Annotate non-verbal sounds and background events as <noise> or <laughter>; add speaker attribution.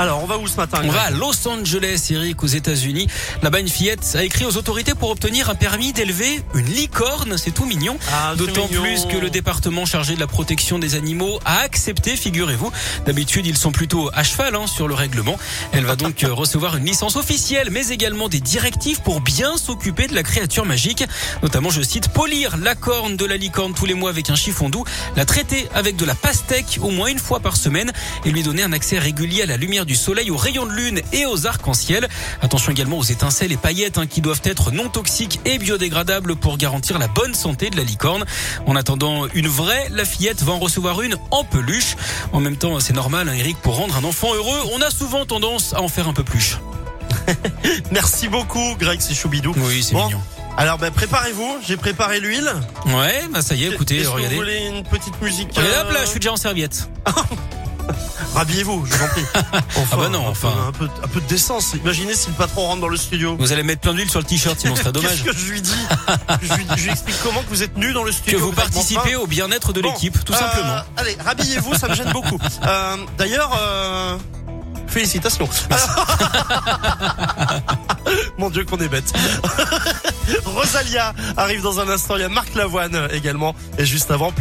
Speaker 1: Alors, on va où ce matin
Speaker 2: On
Speaker 1: Greg
Speaker 2: va à Los Angeles, Eric, aux États-Unis. Là-bas, une fillette a écrit aux autorités pour obtenir un permis d'élever une licorne. C'est tout mignon.
Speaker 1: Ah, c'est
Speaker 2: D'autant
Speaker 1: mignon.
Speaker 2: plus que le département chargé de la protection des animaux a accepté, figurez-vous. D'habitude, ils sont plutôt à cheval hein, sur le règlement. Elle va donc euh, recevoir une licence officielle, mais également des directives pour bien s'occuper de la créature magique. Notamment, je cite, polir la corne de la licorne tous les mois avec un chiffon doux, la traiter avec de la pastèque au moins une fois par semaine et lui donner un accès régulier à la lumière du soleil, aux rayons de lune et aux arcs-en-ciel. Attention également aux étincelles et paillettes hein, qui doivent être non toxiques et biodégradables pour garantir la bonne santé de la licorne. En attendant une vraie, la fillette va en recevoir une en peluche. En même temps, c'est normal, hein, Eric, pour rendre un enfant heureux, on a souvent tendance à en faire un peu plus.
Speaker 1: Merci beaucoup, Greg, c'est Choubidou.
Speaker 2: Oui, c'est
Speaker 1: Bon.
Speaker 2: mignon.
Speaker 1: Alors, ben, préparez-vous, j'ai préparé l'huile.
Speaker 2: Ouais, bah ça y est, écoutez,
Speaker 1: Est-ce que
Speaker 2: regardez.
Speaker 1: Vous voulez une petite musique
Speaker 2: Regardez,
Speaker 1: euh,
Speaker 2: hop là, je suis déjà en serviette.
Speaker 1: Rhabillez-vous, je vous
Speaker 2: <laughs>
Speaker 1: en prie. Enfin,
Speaker 2: bah non,
Speaker 1: un peu-
Speaker 2: enfin.
Speaker 1: Un peu, un peu de décence. Imaginez si le patron rentre dans le studio.
Speaker 2: Vous allez mettre plein d'huile sur le t-shirt, sinon ce sera
Speaker 1: <laughs> Qu'est-ce
Speaker 2: dommage.
Speaker 1: que je lui dis je, lui, je lui explique comment que vous êtes nu dans le
Speaker 2: Que
Speaker 1: studio.
Speaker 2: vous
Speaker 1: êtes enfin-
Speaker 2: participez au bien-être de
Speaker 1: Bon,
Speaker 2: l'équipe, tout
Speaker 1: euh,
Speaker 2: simplement.
Speaker 1: Allez, rhabillez-vous, ça me gêne
Speaker 2: <laughs>
Speaker 1: beaucoup. Euh, D'ailleurs, euh, félicitations. <laughs> Mon Dieu, qu'on est bête. <laughs> Rosalia arrive dans un instant. Il y a Marc Lavoine euh, également. Et juste avant, plein